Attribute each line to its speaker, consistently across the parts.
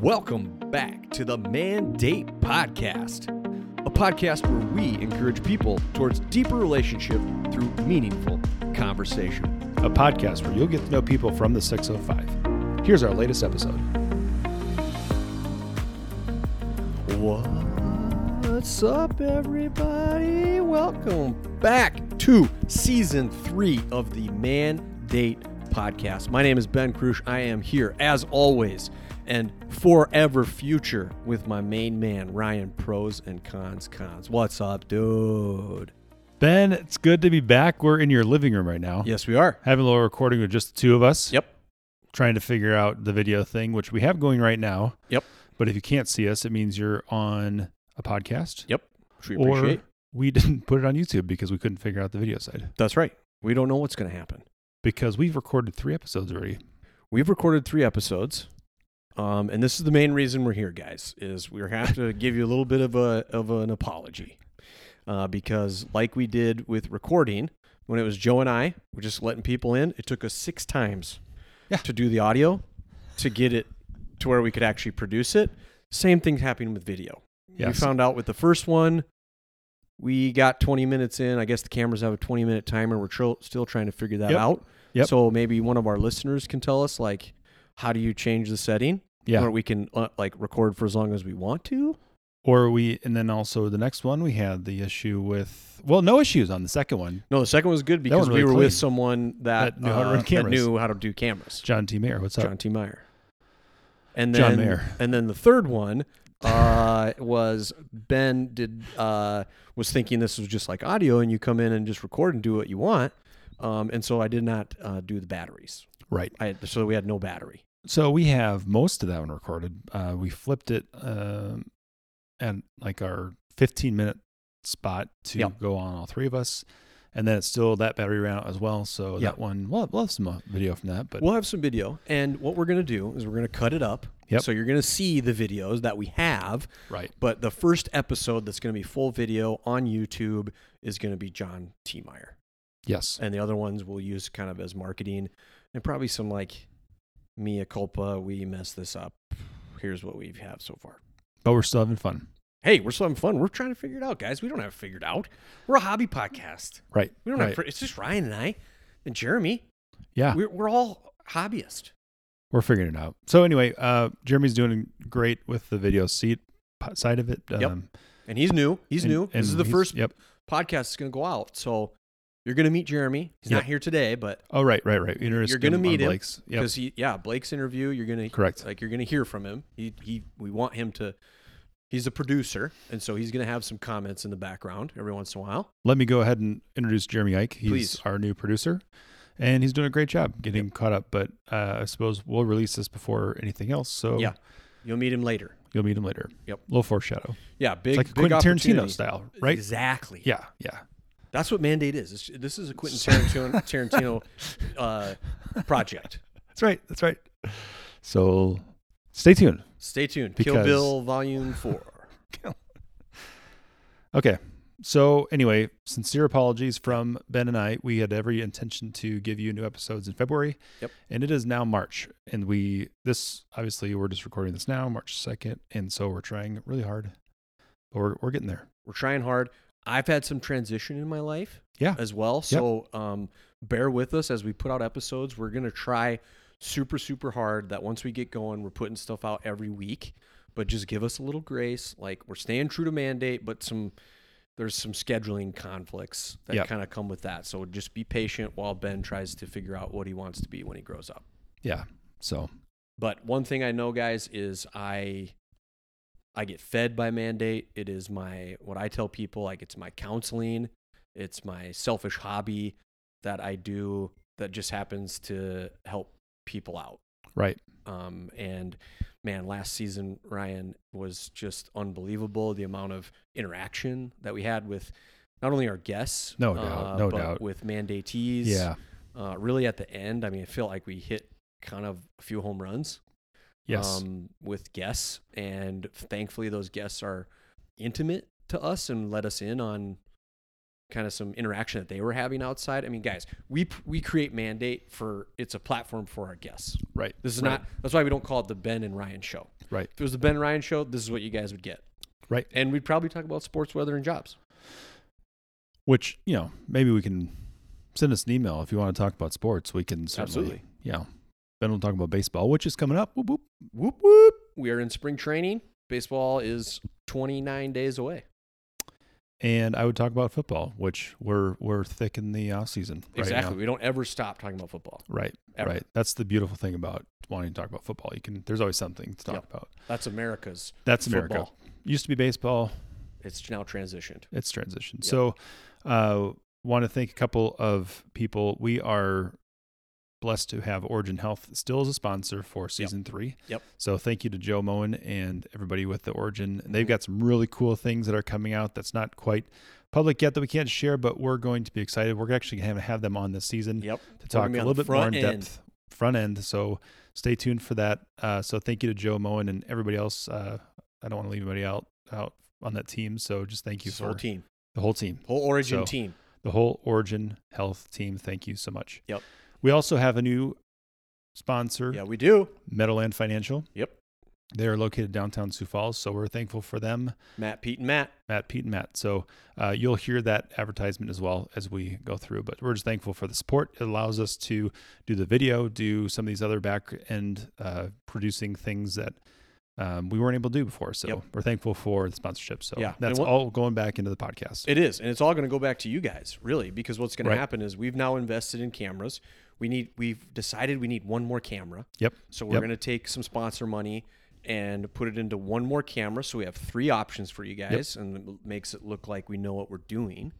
Speaker 1: Welcome back to the Mandate Podcast, a podcast where we encourage people towards deeper relationship through meaningful conversation.
Speaker 2: a podcast where you'll get to know people from the 605. Here's our latest episode.
Speaker 1: What's up, everybody? Welcome back to season three of the Mandate Podcast. My name is Ben Krush. I am here, as always, and forever future with my main man, Ryan Pros and Cons Cons. What's up, dude?
Speaker 2: Ben, it's good to be back. We're in your living room right now.
Speaker 1: Yes, we are.
Speaker 2: Having a little recording with just the two of us.
Speaker 1: Yep.
Speaker 2: Trying to figure out the video thing, which we have going right now.
Speaker 1: Yep.
Speaker 2: But if you can't see us, it means you're on a podcast.
Speaker 1: Yep. Which we
Speaker 2: Or
Speaker 1: appreciate.
Speaker 2: we didn't put it on YouTube because we couldn't figure out the video side.
Speaker 1: That's right. We don't know what's going to happen.
Speaker 2: Because we've recorded three episodes already.
Speaker 1: We've recorded three episodes, um, and this is the main reason we're here, guys. Is we have to give you a little bit of a of an apology, uh, because like we did with recording, when it was Joe and I, we're just letting people in. It took us six times
Speaker 2: Yeah.
Speaker 1: to do the audio, to get it to where we could actually produce it. Same thing happening with video. We
Speaker 2: Yes.
Speaker 1: found out with the first one, we got 20 minutes in. I guess the cameras have a 20 minute timer. We're tr- still trying to figure that
Speaker 2: Yep.
Speaker 1: out.
Speaker 2: Yep.
Speaker 1: So maybe one of our listeners can tell us, like, how do you change the setting?
Speaker 2: yeah.
Speaker 1: Or we can, uh, like, record for as long as we want to.
Speaker 2: or we, and then also the next one, we had the issue with, well, no issues on the second one.
Speaker 1: No, the second was good
Speaker 2: one's
Speaker 1: because we
Speaker 2: really
Speaker 1: were with
Speaker 2: clean.
Speaker 1: someone that,
Speaker 2: That knew how to
Speaker 1: uh,
Speaker 2: run
Speaker 1: that
Speaker 2: cameras.
Speaker 1: knew how to do cameras.
Speaker 2: John T. Mayer, what's up?
Speaker 1: John T. Meyer. And then,
Speaker 2: John Mayer.
Speaker 1: And then the third one uh, was Ben did uh, was thinking this was just like audio, and you come in and just record and do what you want. Um, and so I did not uh, do the batteries.
Speaker 2: Right.
Speaker 1: I had, so we had no battery.
Speaker 2: So we have most of that one recorded. Uh, we flipped it um, at like our 15 minute spot to
Speaker 1: Yep.
Speaker 2: go on all three of us. And then it's still that battery ran out as well. So
Speaker 1: Yep.
Speaker 2: that one, we'll have, we'll have some uh, video from that. But
Speaker 1: we'll have some video, and what we're gonna do is we're gonna cut it up.
Speaker 2: Yep.
Speaker 1: So you're gonna see the videos that we have,
Speaker 2: right.
Speaker 1: but the first episode that's gonna be full video on YouTube is gonna be John T. Meyer.
Speaker 2: Yes.
Speaker 1: and the other ones we'll use kind of as marketing and probably some like mea culpa we messed this up here's what we have so far
Speaker 2: But we're still having fun.
Speaker 1: hey we're still having fun we're trying to figure it out guys we don't have it figured out we're a hobby podcast
Speaker 2: Right.
Speaker 1: we don't
Speaker 2: right. Ah.
Speaker 1: have it's just ryan and i and jeremy
Speaker 2: yeah.
Speaker 1: we're, we're all hobbyists
Speaker 2: We're figuring it out. So anyway, uh, Jeremy's doing great with the video seat po- side of it. um,
Speaker 1: Yep. and he's new he's
Speaker 2: and-
Speaker 1: new
Speaker 2: and
Speaker 1: this is the
Speaker 2: he's-
Speaker 1: first
Speaker 2: Yep.
Speaker 1: podcast that's going to go out so you're going to meet jeremy he's
Speaker 2: Yep.
Speaker 1: not here today but
Speaker 2: Oh, right, right, right. We introduced
Speaker 1: You're gonna
Speaker 2: him on
Speaker 1: meet him
Speaker 2: Blake's. Yep.
Speaker 1: because he yeah blake's interview you're going to
Speaker 2: Correct.
Speaker 1: like you're going to hear from him. He he we want him to he's a producer and so he's going to have some comments in the background every once in a while.
Speaker 2: let me go ahead and introduce Jeremy Ike. He's
Speaker 1: Please.
Speaker 2: our new producer, and he's doing a great job getting caught up. But uh, I suppose we'll release this before anything else, so
Speaker 1: Yeah. You'll meet him later.
Speaker 2: you'll meet him later.
Speaker 1: Yep.
Speaker 2: little foreshadow.
Speaker 1: Yeah, big
Speaker 2: it's like a
Speaker 1: big
Speaker 2: Quentin Tarantino
Speaker 1: opportunity.
Speaker 2: style, right?
Speaker 1: Exactly.
Speaker 2: Yeah, yeah.
Speaker 1: That's what mandate is. It's, this is a Quentin Tarantino, Tarantino uh, project.
Speaker 2: That's right. That's right. So stay tuned.
Speaker 1: Stay tuned. Kill
Speaker 2: Because-
Speaker 1: Bill Volume 4.
Speaker 2: Okay. So anyway, sincere apologies from Ben and I. We had every intention to give you new episodes in February.
Speaker 1: Yep.
Speaker 2: And it is now March, and we this obviously we're just recording this now, March second, and so we're trying really hard, but we're we're getting there.
Speaker 1: We're trying hard. I've had some transition in my life
Speaker 2: Yeah.
Speaker 1: as well. So um, bear with us as we put out episodes. We're going to try super, super hard that once we get going, we're putting stuff out every week. But just give us a little grace. Like we're staying true to mandate, but some there's some scheduling conflicts that
Speaker 2: Yep.
Speaker 1: kind of come with that. So just be patient while Ben tries to figure out what he wants to be when he grows up.
Speaker 2: Yeah. So
Speaker 1: But one thing I know, guys, is I I get fed by mandate. It is my what I tell people like it's my counseling, it's my selfish hobby that I do that just happens to help people out.
Speaker 2: right.
Speaker 1: Um, and man, last season Ryan was just unbelievable. The amount of interaction that we had with not only our guests, uh,
Speaker 2: No doubt, no
Speaker 1: but
Speaker 2: doubt.
Speaker 1: with mandatees,
Speaker 2: Yeah.
Speaker 1: uh, really at the end. I mean, I feel like we hit kind of a few home runs
Speaker 2: Yes.
Speaker 1: um, with guests, and thankfully those guests are intimate to us and let us in on kind of some interaction that they were having outside. I mean, guys, we we create mandate for it's a platform for our guests.
Speaker 2: Right.
Speaker 1: This is
Speaker 2: Right.
Speaker 1: not that's why we don't call it the Ben and Ryan show.
Speaker 2: Right.
Speaker 1: If it was the Ben and Ryan show, this is what you guys would get.
Speaker 2: Right.
Speaker 1: And we'd probably talk about sports, weather, and jobs.
Speaker 2: Which you know, maybe we can send us an email if you want to talk about sports. We can certainly,
Speaker 1: Absolutely.
Speaker 2: yeah. Then we'll talk about baseball, which is coming up. Whoop, whoop.
Speaker 1: Whoop whoop. We are in spring training. Baseball is 29 days away.
Speaker 2: And I would talk about football, which we're we're thick in the off season. Right
Speaker 1: exactly.
Speaker 2: Now.
Speaker 1: We don't ever stop talking about football.
Speaker 2: Right.
Speaker 1: Ever.
Speaker 2: Right. That's the beautiful thing about wanting to talk about football. You can. There's always something to talk
Speaker 1: Yep.
Speaker 2: about.
Speaker 1: That's America's.
Speaker 2: That's America.
Speaker 1: Football.
Speaker 2: Used to be baseball.
Speaker 1: It's now transitioned.
Speaker 2: It's transition.
Speaker 1: Yeah.
Speaker 2: So, uh, want to thank a couple of people. We are blessed to have Origin Health still as a sponsor for season three.
Speaker 1: Yep.
Speaker 2: So thank you to Joe Moen and everybody with the Origin.
Speaker 1: Mm-hmm.
Speaker 2: And They've got some really cool things that are coming out that's not quite public yet that we can't share, but we're going to be excited. We're actually going to have them on this season
Speaker 1: Yep.
Speaker 2: to
Speaker 1: We're
Speaker 2: talk
Speaker 1: gonna
Speaker 2: a
Speaker 1: be on
Speaker 2: little
Speaker 1: the
Speaker 2: bit more in
Speaker 1: front end.
Speaker 2: depth front end. So stay tuned for that. Uh, so thank you to Joe Moen and everybody else. Uh, I don't want to leave anybody out out on that team. So just thank you
Speaker 1: This
Speaker 2: for
Speaker 1: whole team.
Speaker 2: the whole team,
Speaker 1: Whole origin
Speaker 2: So-
Speaker 1: team.
Speaker 2: the whole Origin Health team. Thank you so much.
Speaker 1: Yep.
Speaker 2: We also have a new sponsor,
Speaker 1: Yeah, we do.
Speaker 2: Meadowland Financial.
Speaker 1: Yep.
Speaker 2: They are located downtown Sioux Falls, so we're thankful for them,
Speaker 1: Matt, Pete, and Matt.
Speaker 2: Matt, Pete, and Matt. So uh, you'll hear that advertisement as well as we go through. But we're just thankful for the support. It allows us to do the video, do some of these other back end uh, producing things that. Um, we weren't able to do before, so
Speaker 1: Yep.
Speaker 2: we're thankful for the sponsorship. So
Speaker 1: Yeah.
Speaker 2: that's
Speaker 1: And what-
Speaker 2: all going back into the podcast.
Speaker 1: It is, and it's all going to go back to you guys, really, because what's going
Speaker 2: Right.
Speaker 1: to happen is we've now invested in cameras. We need, we've decided we need one more camera,
Speaker 2: yep.
Speaker 1: so we're
Speaker 2: Yep.
Speaker 1: going to take some sponsor money and put it into one more camera. So we have three options for you guys, and it makes it look like we know what we're doing.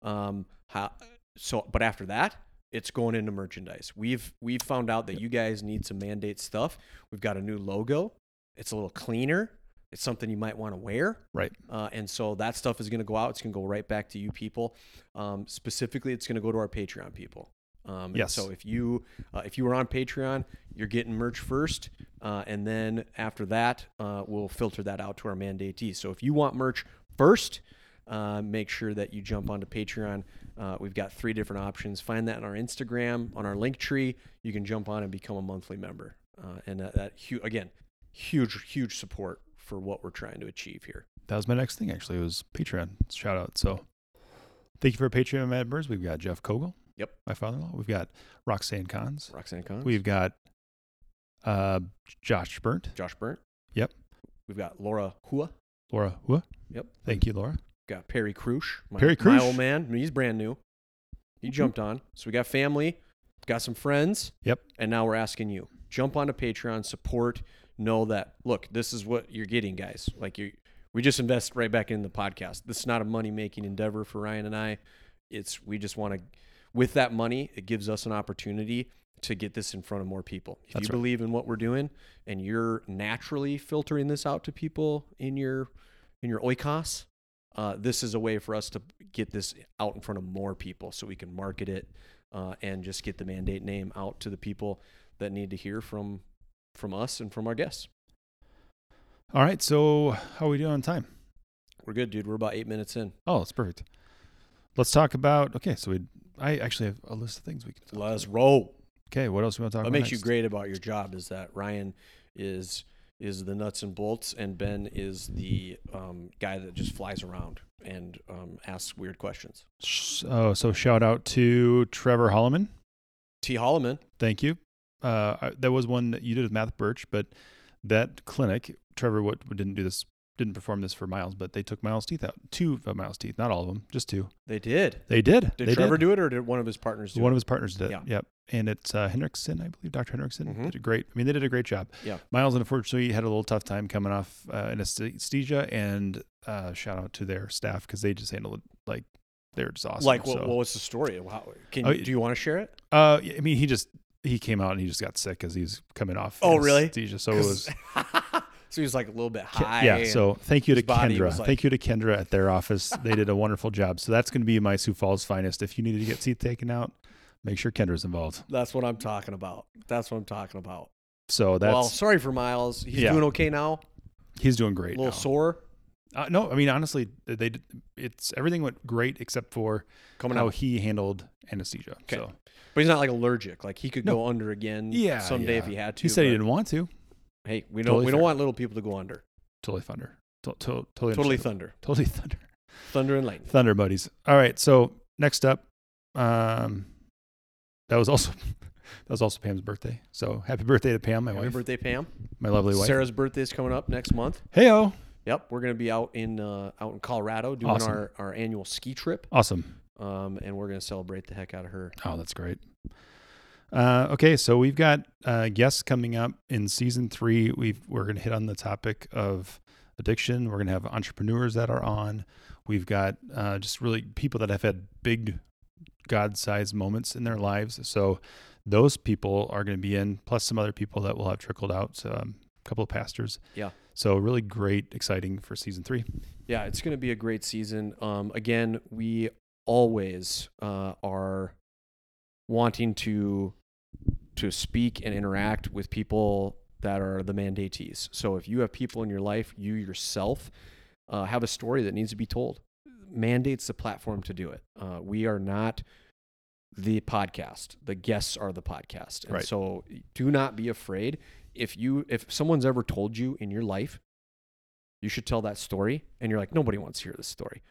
Speaker 1: Um, how, so, but after that, it's going into merchandise. We've we've found out that you guys need some mandate stuff. We've got a new logo. It's a little cleaner. It's something you might want to wear.
Speaker 2: Right.
Speaker 1: Uh, and so that stuff is going to go out. It's going to go right back to you people. Um, specifically, it's going to go to our Patreon people. Um, and
Speaker 2: Yes.
Speaker 1: So if you uh, if you were on Patreon, you're getting merch first, uh, and then after that, uh, we'll filter that out to our mandatees. So if you want merch first, uh, make sure that you jump onto Patreon. Uh, we've got three different options. Find that on our Instagram, on our link tree. You can jump on and become a monthly member. Uh, and that, that hu- again, huge, huge support for what we're trying to achieve here.
Speaker 2: that was my next thing actually was patreon shout out so thank you for patreon members we've got jeff kogel
Speaker 1: Yep.
Speaker 2: my father-in-law we've got roxanne cons
Speaker 1: Roxanne Cons.
Speaker 2: we've got uh josh burnt
Speaker 1: Josh Burnt.
Speaker 2: Yep.
Speaker 1: We've got Laura Hua.
Speaker 2: laura Hua.
Speaker 1: Yep.
Speaker 2: thank you laura
Speaker 1: We've got Perry Krush. My,
Speaker 2: Perry Mm-hmm.
Speaker 1: My
Speaker 2: Krush.
Speaker 1: old man. I mean, he's brand new. He jumped on. So we got family, got some friends.
Speaker 2: Yep.
Speaker 1: And now we're asking you jump onto Patreon, support, know that, look, this is what you're getting, guys. Like, you, we just invest right back in the podcast. This is not a money making endeavor for Ryan and I. It's, we just want to, with that money, it gives us an opportunity to get this in front of more people. If
Speaker 2: That's
Speaker 1: you
Speaker 2: right.
Speaker 1: believe in what we're doing and you're naturally filtering this out to people in your, in your oikos, uh, this is a way for us to get this out in front of more people so we can market it uh, and just get the mandate name out to the people that need to hear from from us and from our guests.
Speaker 2: all right so how are we doing on time
Speaker 1: We're good, dude. We're about eight minutes in.
Speaker 2: oh it's perfect let's talk about okay so we i actually have a list of things we can talk
Speaker 1: Let's roll.
Speaker 2: okay what else we want to talk
Speaker 1: What
Speaker 2: about
Speaker 1: makes you
Speaker 2: next?
Speaker 1: great about your job is that Ryan is is the nuts and bolts, and Ben is the um, guy that just flies around and um, asks weird questions.
Speaker 2: Sh- oh so shout out to trevor holloman
Speaker 1: T. Holloman,
Speaker 2: Thank you. Uh, I- that was one that you did with Math Birch, but that clinic, Trevor, what didn't do this, didn't perform this for Miles, but they took Miles' teeth out, two of Miles' teeth, not all of them, just two.
Speaker 1: they did.
Speaker 2: They did.
Speaker 1: Did
Speaker 2: they
Speaker 1: Trevor do it, or did one of his partners do
Speaker 2: One
Speaker 1: it?
Speaker 2: of his partners did.
Speaker 1: Yeah.
Speaker 2: Yep. And it's uh, Hendrickson, I believe, Dr. Hendrickson
Speaker 1: Mhm.
Speaker 2: did a great. I mean, they did a great job.
Speaker 1: Yeah.
Speaker 2: Miles, unfortunately, had a little tough time coming off uh, anesthesia, and uh, shout out to their staff because they just handled it like they're just awesome.
Speaker 1: like, what,
Speaker 2: so.
Speaker 1: what was the story? How, can
Speaker 2: Oh,
Speaker 1: you, do you want to share it?
Speaker 2: Uh, I mean, he just he came out and he just got sick because he's coming off.
Speaker 1: Oh, really?
Speaker 2: anesthesia, So it was.
Speaker 1: so he was like a little bit
Speaker 2: Ke-
Speaker 1: high.
Speaker 2: yeah.
Speaker 1: and-
Speaker 2: So thank you to
Speaker 1: his body
Speaker 2: Kendra.
Speaker 1: was like-
Speaker 2: thank you to Kendra at their office. They did a wonderful job. So that's going to be my Sioux Falls finest. If you needed to get teeth taken out, make sure Kendra's involved.
Speaker 1: that's what I'm talking about. That's what I'm talking about.
Speaker 2: So that's
Speaker 1: well, sorry for Miles. He's
Speaker 2: Yeah.
Speaker 1: doing okay now.
Speaker 2: he's doing
Speaker 1: A
Speaker 2: great.
Speaker 1: little
Speaker 2: now.
Speaker 1: sore.
Speaker 2: Uh, no, I mean honestly, they did- it's everything went great except for
Speaker 1: Coming
Speaker 2: how
Speaker 1: out.
Speaker 2: he handled anesthesia. So
Speaker 1: But he's not like allergic. Like he could
Speaker 2: No.
Speaker 1: go under again
Speaker 2: Yeah,
Speaker 1: someday if
Speaker 2: yeah.
Speaker 1: he had to.
Speaker 2: he said he
Speaker 1: but
Speaker 2: didn't want to.
Speaker 1: Hey, we don't
Speaker 2: Totally
Speaker 1: we don't
Speaker 2: fair.
Speaker 1: want little people to go under.
Speaker 2: Totally thunder. To- to- totally
Speaker 1: Totally
Speaker 2: understandable.
Speaker 1: thunder.
Speaker 2: Totally thunder.
Speaker 1: Thunder and lightning.
Speaker 2: Thunder buddies. All right. So next up, um, that was also that was also Pam's birthday. So happy birthday to Pam, my
Speaker 1: Happy
Speaker 2: wife,
Speaker 1: birthday, Pam.
Speaker 2: my lovely wife.
Speaker 1: Sarah's birthday is coming up next month.
Speaker 2: Heyo.
Speaker 1: Yep, we're gonna be out in uh, out in Colorado doing
Speaker 2: Awesome.
Speaker 1: our, our annual ski trip,
Speaker 2: Awesome.
Speaker 1: um, and we're gonna celebrate the heck out of her.
Speaker 2: Oh, that's great. Uh, okay, so we've got uh, guests coming up in season three. We've, we're going to hit on the topic of addiction. We're going to have entrepreneurs that are on. We've got uh, just really people that have had big God sized moments in their lives. So those people are going to be in, plus some other people that will have trickled out, so, um, a couple of pastors.
Speaker 1: Yeah.
Speaker 2: So really great, exciting for season three.
Speaker 1: Yeah, it's gonna be a great season. Um, again, we always uh, are wanting to to speak and interact with people that are the mandatees. So if you have people in your life, you yourself uh, have a story that needs to be told. Mandates the platform to do it. Uh, we are not the podcast. The guests are the podcast. And
Speaker 2: Right.
Speaker 1: so do not be afraid. If you if someone's ever told you in your life, you should tell that story, and you're like, nobody wants to hear this story.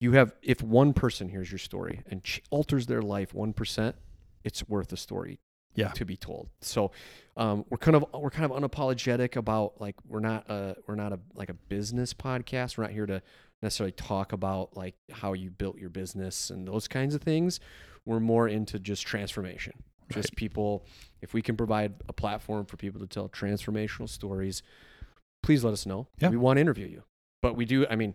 Speaker 1: You have if one person hears your story and ch- alters their life one percent, it's worth the story
Speaker 2: Yeah.
Speaker 1: to be told. So um, we're kind of we're kind of unapologetic about like we're not a we're not a like a business podcast. We're not here to necessarily talk about like how you built your business and those kinds of things. We're more into just transformation. Just people if we can provide a platform for people to tell transformational stories, please let us know.
Speaker 2: Yeah.
Speaker 1: We want to interview you. But we do I mean,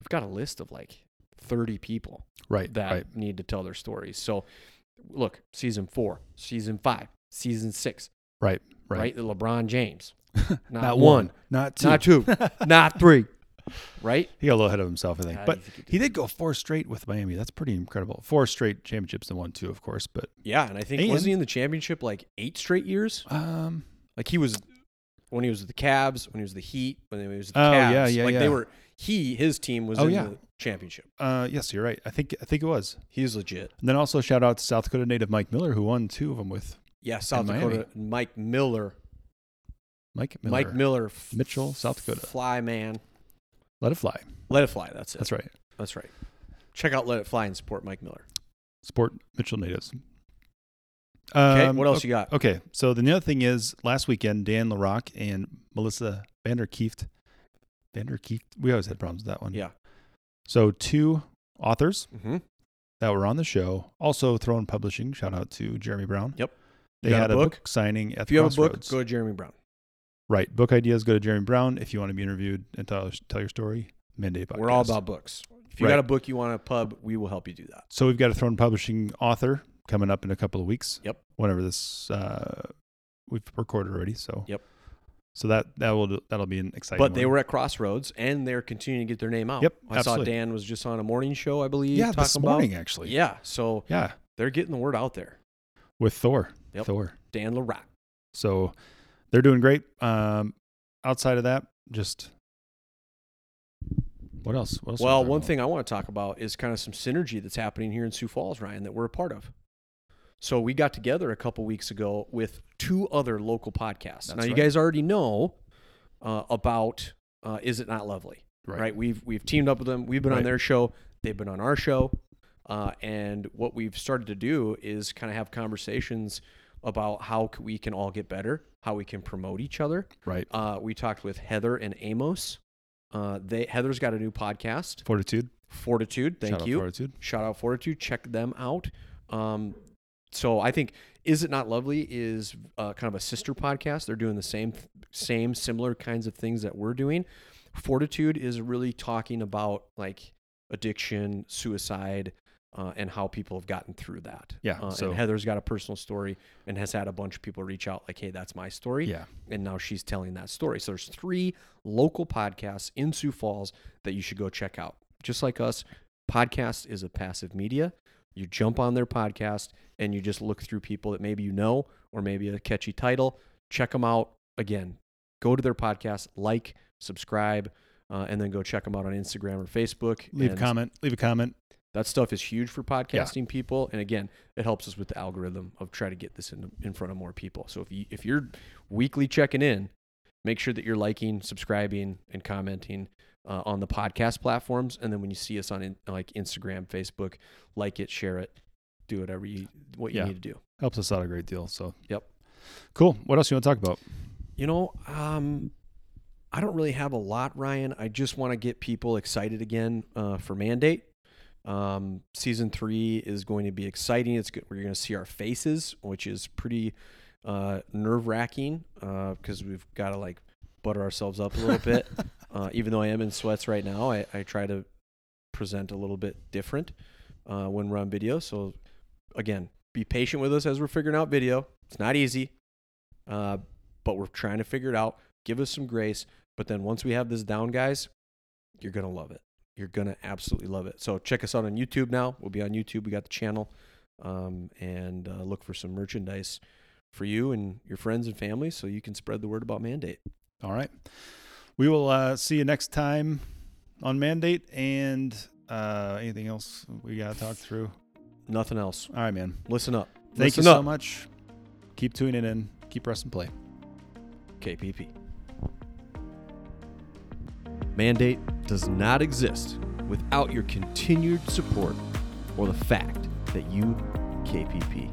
Speaker 1: we've got a list of like 30 people
Speaker 2: Right.
Speaker 1: that
Speaker 2: Right.
Speaker 1: need to tell their stories. So, look, season four, season five, season six,
Speaker 2: Right.
Speaker 1: right?
Speaker 2: Right.
Speaker 1: LeBron James, not,
Speaker 2: Not
Speaker 1: one,
Speaker 2: one. Not two.
Speaker 1: not two, not three, right?
Speaker 2: He got a little ahead of himself, I think.
Speaker 1: Yeah,
Speaker 2: but
Speaker 1: I think he did.
Speaker 2: he did go four straight with Miami. That's pretty incredible. Four straight championships and won two, of course. But
Speaker 1: Yeah, and I think
Speaker 2: And-
Speaker 1: wasn't he in the championship like eight straight years?
Speaker 2: um,
Speaker 1: Like he was when he was with the Cavs, when he was the Heat, when he was the
Speaker 2: Oh,
Speaker 1: Cavs.
Speaker 2: yeah, yeah,
Speaker 1: like they
Speaker 2: yeah.
Speaker 1: were he his team was
Speaker 2: Oh,
Speaker 1: in
Speaker 2: yeah.
Speaker 1: the championship.
Speaker 2: uh, yes, you're right. I think I think it was.
Speaker 1: He's legit.
Speaker 2: And then also shout out to South Dakota native Mike Miller, who won two of them with
Speaker 1: Yeah, South
Speaker 2: In
Speaker 1: Dakota. Mike Miller,
Speaker 2: Mike Miller.
Speaker 1: Mike Miller, f-
Speaker 2: Mitchell, South Dakota.
Speaker 1: Fly man,
Speaker 2: Let it fly.
Speaker 1: let it fly. That's it.
Speaker 2: That's right.
Speaker 1: That's right. Check out Let It Fly and support Mike Miller.
Speaker 2: Support Mitchell natives.
Speaker 1: Okay,
Speaker 2: Um,
Speaker 1: what else you got?
Speaker 2: Okay, so then the other thing is last weekend Dan LaRock and Melissa Vanderkeeft. Vanderkeeft. We always had problems with that one.
Speaker 1: Yeah.
Speaker 2: So two authors
Speaker 1: Mm-hmm.
Speaker 2: that were on the show. Also, Throne Publishing. Shout out to Jeremy Brown.
Speaker 1: Yep.
Speaker 2: They
Speaker 1: You got
Speaker 2: had
Speaker 1: a
Speaker 2: a
Speaker 1: book?
Speaker 2: book, signing at
Speaker 1: If you have a book,
Speaker 2: Crossroads.
Speaker 1: go to Jeremy Brown.
Speaker 2: Right. Book ideas, go to Jeremy Brown. If you want to be interviewed and tell, tell your story, Mandate Podcast.
Speaker 1: We're all about books. If you
Speaker 2: Right.
Speaker 1: got a book you want to pub, we will help you do that.
Speaker 2: So we've got a Throne Publishing author coming up in a couple of weeks.
Speaker 1: Yep.
Speaker 2: Whenever this, uh, we've recorded already. So.
Speaker 1: Yep.
Speaker 2: So that that will that'll be an exciting.
Speaker 1: But they
Speaker 2: one.
Speaker 1: were at Crossroads and they're continuing to get their name out.
Speaker 2: Yep,
Speaker 1: I saw
Speaker 2: absolutely.
Speaker 1: Dan was just on a morning show, I believe.
Speaker 2: yeah
Speaker 1: talking
Speaker 2: this morning
Speaker 1: About.
Speaker 2: actually.
Speaker 1: Yeah. So
Speaker 2: Yeah.
Speaker 1: they're getting the word out there.
Speaker 2: With Thor.
Speaker 1: Yep.
Speaker 2: Thor.
Speaker 1: Dan LaRock.
Speaker 2: So they're doing great. Um, outside of that, just what else? What else
Speaker 1: Well,
Speaker 2: was there
Speaker 1: one
Speaker 2: about?
Speaker 1: thing I want to talk about is kind of some synergy that's happening here in Sioux Falls, Ryan, that we're a part of. So we got together a couple weeks ago with two other local podcasts. now
Speaker 2: That's
Speaker 1: you
Speaker 2: right.
Speaker 1: guys already know uh, about uh, "Is It Not Lovely?" Right. We've we've teamed up with them. We've been on
Speaker 2: Right.
Speaker 1: their show. They've been on our show. Uh, and what we've started to do is kind of have conversations about how c- we can all get better, how we can promote each other.
Speaker 2: right?
Speaker 1: Uh, we talked with Heather and Amos. Uh, they Heather's got a new podcast.
Speaker 2: Fortitude.
Speaker 1: Fortitude. Thank
Speaker 2: Shout out
Speaker 1: you.
Speaker 2: Fortitude.
Speaker 1: Shout out Fortitude. Check them out. Um, so I think "Is It Not Lovely" is uh, kind of a sister podcast. They're doing the same, same similar kinds of things that we're doing. Fortitude is really talking about like addiction, suicide, uh, and how people have gotten through that.
Speaker 2: Yeah,
Speaker 1: Uh,
Speaker 2: so-
Speaker 1: and Heather's got a personal story and has had a bunch of people reach out like, "Hey, that's my story."
Speaker 2: Yeah,
Speaker 1: and now she's telling that story. So there's three local podcasts in Sioux Falls that you should go check out. Just like us, podcast is a passive media. You jump on their podcast and you just look through people that maybe you know or maybe a catchy title. Check them out again. Go to their podcast, like, subscribe, uh, and then go check them out on Instagram or Facebook.
Speaker 2: Leave a
Speaker 1: and
Speaker 2: comment. Leave a comment.
Speaker 1: That stuff is huge for podcasting people, and again, it helps us with the algorithm of try to get this in, in front of more people. So if you if you're weekly checking in, make sure that you're liking, subscribing, and commenting uh, on the podcast platforms, and then when you see us on in, like Instagram, Facebook, like it, share it, do whatever you what you
Speaker 2: Yeah.
Speaker 1: need to do.
Speaker 2: Helps us out a great deal. So
Speaker 1: Yep.
Speaker 2: Cool. What else you want to talk about?
Speaker 1: You know, um, I don't really have a lot, Ryan. I just want to get people excited again uh, for Mandate. Um, season three is going to be exciting. It's good. We're going to see our faces, which is pretty uh, nerve wracking because we've got to like butter ourselves up a little bit. Uh, even though I am in sweats right now, I, I try to present a little bit different uh, when we're on video. So, again, be patient with us as we're figuring out video. It's not easy, uh, but we're trying to figure it out. Give us some grace. But then once we have this down, guys, you're going to love it. You're going to absolutely love it. So, check us out on YouTube now. We'll be on YouTube. We got the channel. Um, and uh, look for some merchandise for you and your friends and family so you can spread the word about Mandate.
Speaker 2: All right. We will uh, see you next time on Mandate and uh, anything else we got to talk through.
Speaker 1: Nothing else.
Speaker 2: All right, man.
Speaker 1: Listen up.
Speaker 2: Thank
Speaker 1: Listen
Speaker 2: you so
Speaker 1: up.
Speaker 2: much. Keep tuning in. Keep press and play.
Speaker 1: KPP. Mandate does not exist without your continued support or the fact that you, KPP,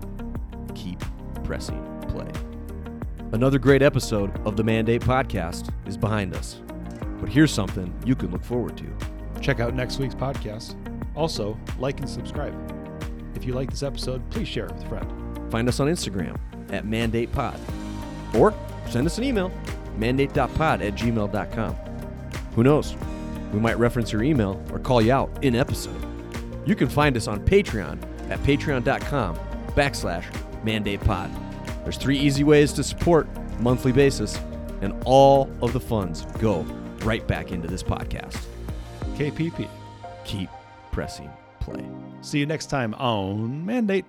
Speaker 1: keep pressing play. Another great episode of the Mandate Podcast is behind us, but here's something you can look forward to.
Speaker 2: Check out next week's podcast. Also, like and subscribe. If you like this episode, please share it with a friend.
Speaker 1: Find us on Instagram at mandatepod or send us an email, mandate.pod at gmail.com. Who knows? We might reference your email or call you out in episode. You can find us on Patreon at patreon.com backslash mandatepod. There's three easy ways to support monthly basis, and all of the funds go right back into this podcast.
Speaker 2: KPP.
Speaker 1: Keep pressing play.
Speaker 2: See you next time on Mandate.